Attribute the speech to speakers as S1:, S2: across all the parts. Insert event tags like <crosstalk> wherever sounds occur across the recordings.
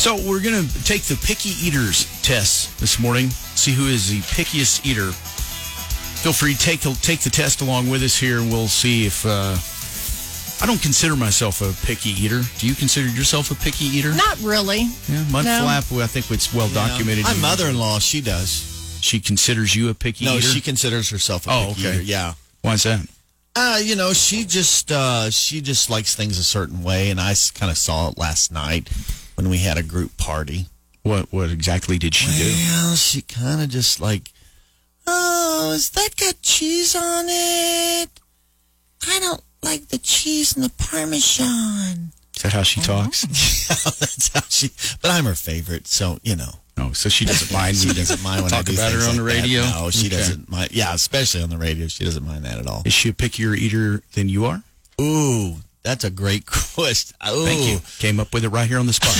S1: So we're gonna take the picky eaters test this morning. See who is the pickiest eater. Feel free to take take the test along with us here, and we'll see if. Uh, I don't consider myself a picky eater. Do you consider yourself a picky eater?
S2: Not really.
S1: Yeah, mud
S2: No.
S1: flap. well, I think it's well documented.
S3: My
S1: You-
S3: mother-in-law, she does.
S1: She considers you a picky
S3: No,
S1: eater.
S3: she considers herself a
S1: Oh,
S3: picky
S1: okay.
S3: eater. Yeah.
S1: Why is that?
S3: Uh, you know, she just uh, she just likes things a certain way, and I kind of saw it last night when we had a group party.
S1: What What exactly did she do?
S3: Well, she kind of just like, oh, has that got cheese on it? I don't like the cheese and the parmesan. <laughs>
S1: Is that how she talks?
S3: That's how she. But I'm her favorite, so you know.
S1: No, so she doesn't mind.
S3: She
S1: when you
S3: doesn't mind when I
S1: talk
S3: do
S1: about her
S3: things
S1: on the
S3: like that.
S1: radio.
S3: No, she
S1: Okay.
S3: doesn't mind. Yeah, especially on the radio, she doesn't mind that at all.
S1: Is she a pickier eater than you are?
S3: Ooh, that's a great <laughs> question. Ooh.
S1: Thank you. Came up with it right here on the spot.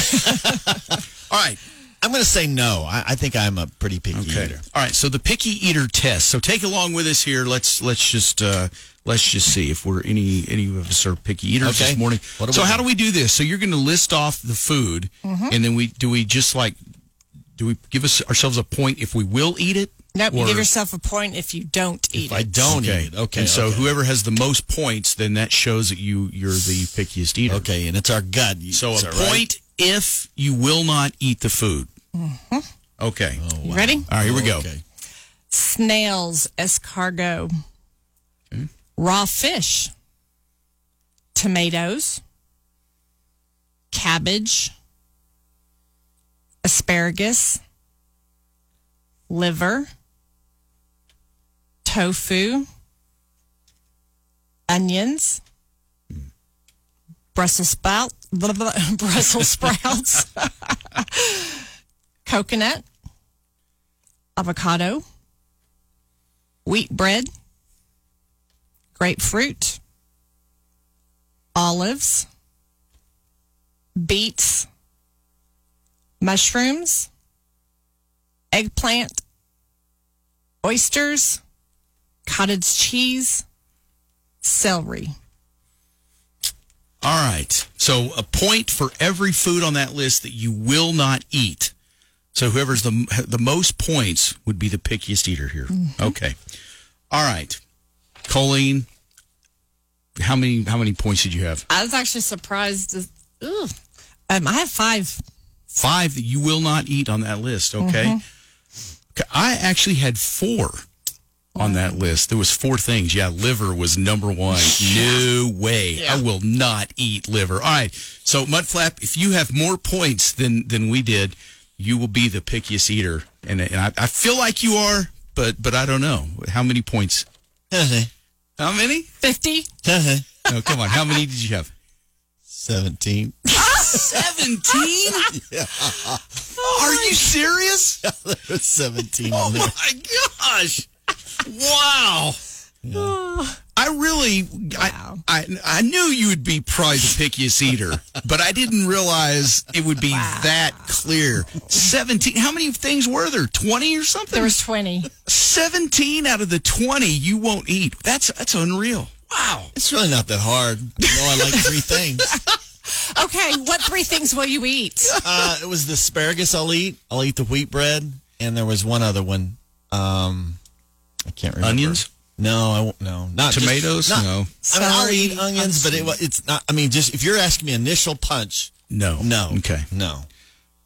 S3: <laughs>
S1: All right.
S3: I'm going to say no. I, I think I'm a pretty picky
S1: Okay.
S3: eater.
S1: All right. So the picky eater test. So take along with us here. Let's let's just uh, let's just see if we're any any of us are picky eaters
S3: Okay.
S1: this morning.
S3: What do
S1: so
S3: we
S1: how
S3: do?
S1: do we do this? So you're going to list off the food,
S2: Mm-hmm.
S1: and then we do we just like do we give us ourselves a point if we will eat it?
S2: Nope.
S1: Or-
S2: Give yourself a point if you don't eat
S3: If I
S2: it.
S3: don't eat it, okay.
S1: And so
S3: okay.
S1: whoever has the most points, then that shows that you you're the pickiest eater.
S3: Okay, and it's our gut. You-
S1: So
S3: is
S1: a
S3: that
S1: point
S3: right?
S1: if you will not eat the food. Okay.
S2: You Ready?
S1: All right. Here we go.
S3: Mm-hmm. Oh, Okay. <laughs>
S2: Snails, escargot, raw fish, tomatoes, cabbage, asparagus, liver, tofu, onions, Brussels sprout, blah, blah, blah, <laughs> Brussels sprouts, <laughs> coconut, avocado, wheat bread, grapefruit, olives, beets, mushrooms, eggplant, oysters, cottage cheese, celery.
S1: All right. So a point for every food on that list that you will not eat. So whoever's the the most points would be the pickiest eater here.
S3: Mm-hmm.
S1: Okay. All right. Colleen, how many how many points did you have?
S2: I was actually surprised. as- Ugh. Um, I have five.
S1: Five that you will not eat on that list. Okay. Okay, I actually had four on that list. There was four things. Yeah, liver was number one. No way. I will not eat liver. All right. So Mudflap, if you have more points than than we did, you will be the pickiest eater. And, and I, I feel like you are, but but I don't know how many points. How many?
S2: 50?
S1: No, come on. How many did you have?
S3: <laughs> 17.
S1: 17? <laughs> Are you serious?
S3: There
S1: <laughs>
S3: was 17 on there.
S1: Oh, my gosh. Wow. I really,
S2: Wow.
S1: I, I, I knew you would be probably the pickiest eater, but I didn't realize it would be that clear. 17. How many things were there? 20 or something?
S2: There was 20.
S1: 17 out of the 20 you won't eat. That's, that's unreal. Wow.
S3: It's really not that hard. You know, I like three things.
S2: <laughs> Okay, what three things will you eat?
S3: Uh, it was the asparagus I'll eat. I'll eat the wheat bread. And there was one other one. Um, I can't remember.
S1: Onions?
S3: No, I won't. No, not just-
S1: Tomatoes?
S3: not-
S1: No.
S3: I mean, I'll
S2: Celery,
S3: eat onions, but it, wa- it's not. I mean, just if you're asking me initial punch,
S1: No.
S3: no.
S1: Okay.
S3: No.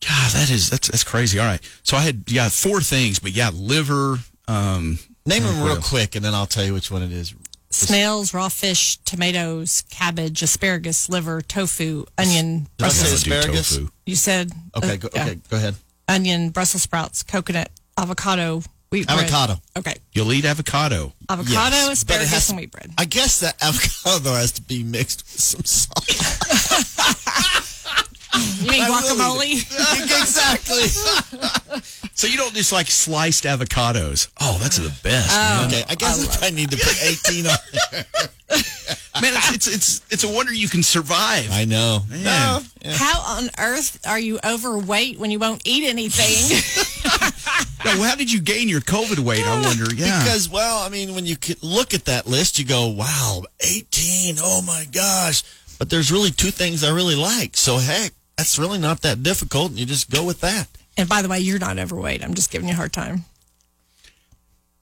S1: God, that is, that's, that's crazy. All right. So I had, yeah, four things, but yeah, liver, um,
S3: Name them real
S1: else?
S3: quick, and then I'll tell you which one it is.
S2: Snails, raw fish, tomatoes, cabbage, asparagus, liver, tofu, onion,
S3: Did I
S2: Brussels.
S3: say
S1: I do
S3: asparagus?
S1: tofu.
S2: You said
S3: Okay.
S2: uh,
S3: Go,
S2: yeah.
S3: okay. Go ahead.
S2: Onion, Brussels sprouts, coconut, avocado, wheat bread.
S3: Avocado.
S2: Okay,
S1: You'll eat avocado.
S2: avocado,
S3: Yes, but it
S2: asparagus,
S3: has to-
S2: and wheat bread.
S3: I <laughs>
S2: <laughs>
S3: guess that avocado though has to be mixed with some salt.
S2: You
S3: <laughs>
S2: mean
S1: I will
S2: guacamole?
S3: exactly.
S1: So you don't just like sliced avocados. Oh, that's the best.
S3: <laughs> okay, I guess if I need to put 18
S1: <laughs>
S3: on.
S1: Man, it's, it's it's it's a wonder you can survive.
S3: I know.
S1: Man.
S2: How on earth are you overweight when you won't eat
S3: <laughs>
S2: anything?
S1: Now, how did you gain your COVID weight? I wonder. Yeah.
S3: Because, well, I mean, when you c- look at that list, you go, wow, 18, oh my gosh. But there's really two things I really like. So, heck, that's really not that difficult. And you just go with that.
S2: and by the way, you're not overweight. I'm just giving you a hard
S3: <laughs>
S2: time.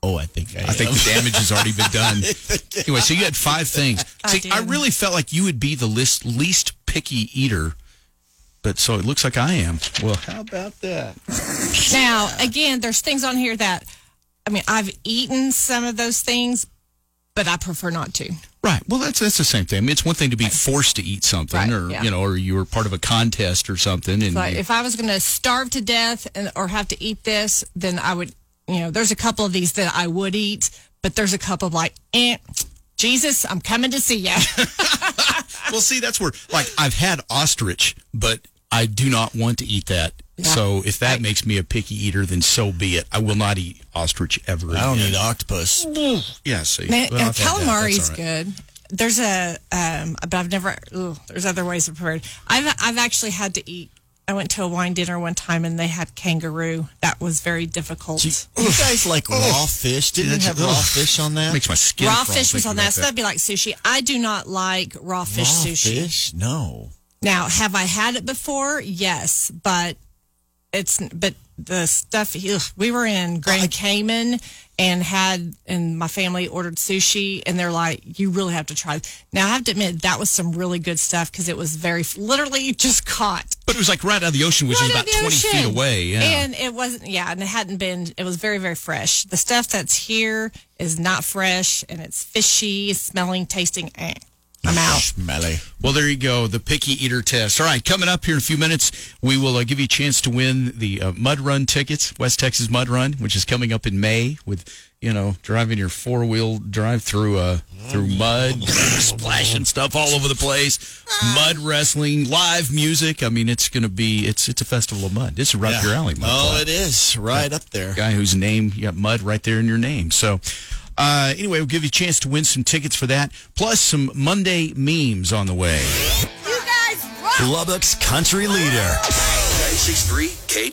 S3: Oh, I think I,
S1: I think
S3: am.
S1: the damage has already been done. Anyway, so you had five things. See, I,
S2: did.
S1: really felt like you would be the list, least picky eater, but so it looks like I am. Well, how about that?
S2: Now, again, there's things on here that, I mean, I've eaten some of those things, but I prefer not to.
S1: Right. Well, that's that's the same thing. I mean, it's one thing to be forced to eat something,
S2: Right,
S1: or
S2: yeah.
S1: you know, or you were part of a contest or something, and
S2: But
S1: you-
S2: if I was going to starve to death and or have to eat this, then I would, you know, there's a couple of these that I would eat, but there's a couple of like, eh, Jesus, I'm coming to see
S1: <laughs>
S2: you.
S1: well, see, that's where like I've had ostrich, but I do not want to eat that. So if that makes me a picky eater, then so be it. I will not eat ostrich ever.
S3: I don't
S1: again.
S3: need octopus.
S1: Yeah, see,
S2: Man,
S1: well,
S2: uh,
S1: I've had that.
S2: calamari's
S1: That's all right.
S2: good. There's a, um, but I've never. Ugh, there's other ways of prepared. I've I've actually had to eat. I went to a wine dinner one time and they had kangaroo. That was very difficult.
S3: You you guys like raw fish? Didn't you
S1: that's-
S3: have raw
S1: ugh.
S3: fish on that?
S1: Makes my skin
S2: raw
S1: crawl
S2: fish was
S1: thinking
S2: on
S1: about
S2: that, so that'd be like sushi. I do not like raw
S3: raw
S2: fish sushi.
S3: fish? No.
S2: Now, have I had it before? Yes, but it's but the stuff ugh, we were in Grand Cayman and had and my family ordered sushi and they're like, you really have to try. it." Now I have to admit that was some really good stuff because it was very literally <laughs> just caught.
S1: But it was like right out of the ocean, which is
S2: right
S1: about
S2: out of the
S1: twenty feet
S2: ocean.
S1: away. Yeah.
S2: And it wasn't, yeah, and it hadn't been, it was very, very fresh. The stuff that's here is not fresh and it's fishy, smelling, tasting. Eh, I'm out.
S3: Smelly.
S1: Well, there you go, the picky eater test. All right, coming up here in a few minutes, we will uh, give you a chance to win the uh, Mud Run tickets, West Texas Mud Run, which is coming up in May with, you know, driving your four wheel drive through uh, through mud, <laughs> splashing stuff all over the place, mud wrestling, live music. I mean, it's going to be, it's it's a festival of mud. It's right up your alley, Mud
S3: Oh,
S1: Fly.
S3: it is. Right up there.
S1: guy whose name you got mud right there in your name. So uh, anyway, we'll give you a chance to win some tickets for that, plus some Monday memes on the way.
S4: Lubbock's country leader.
S5: 963 K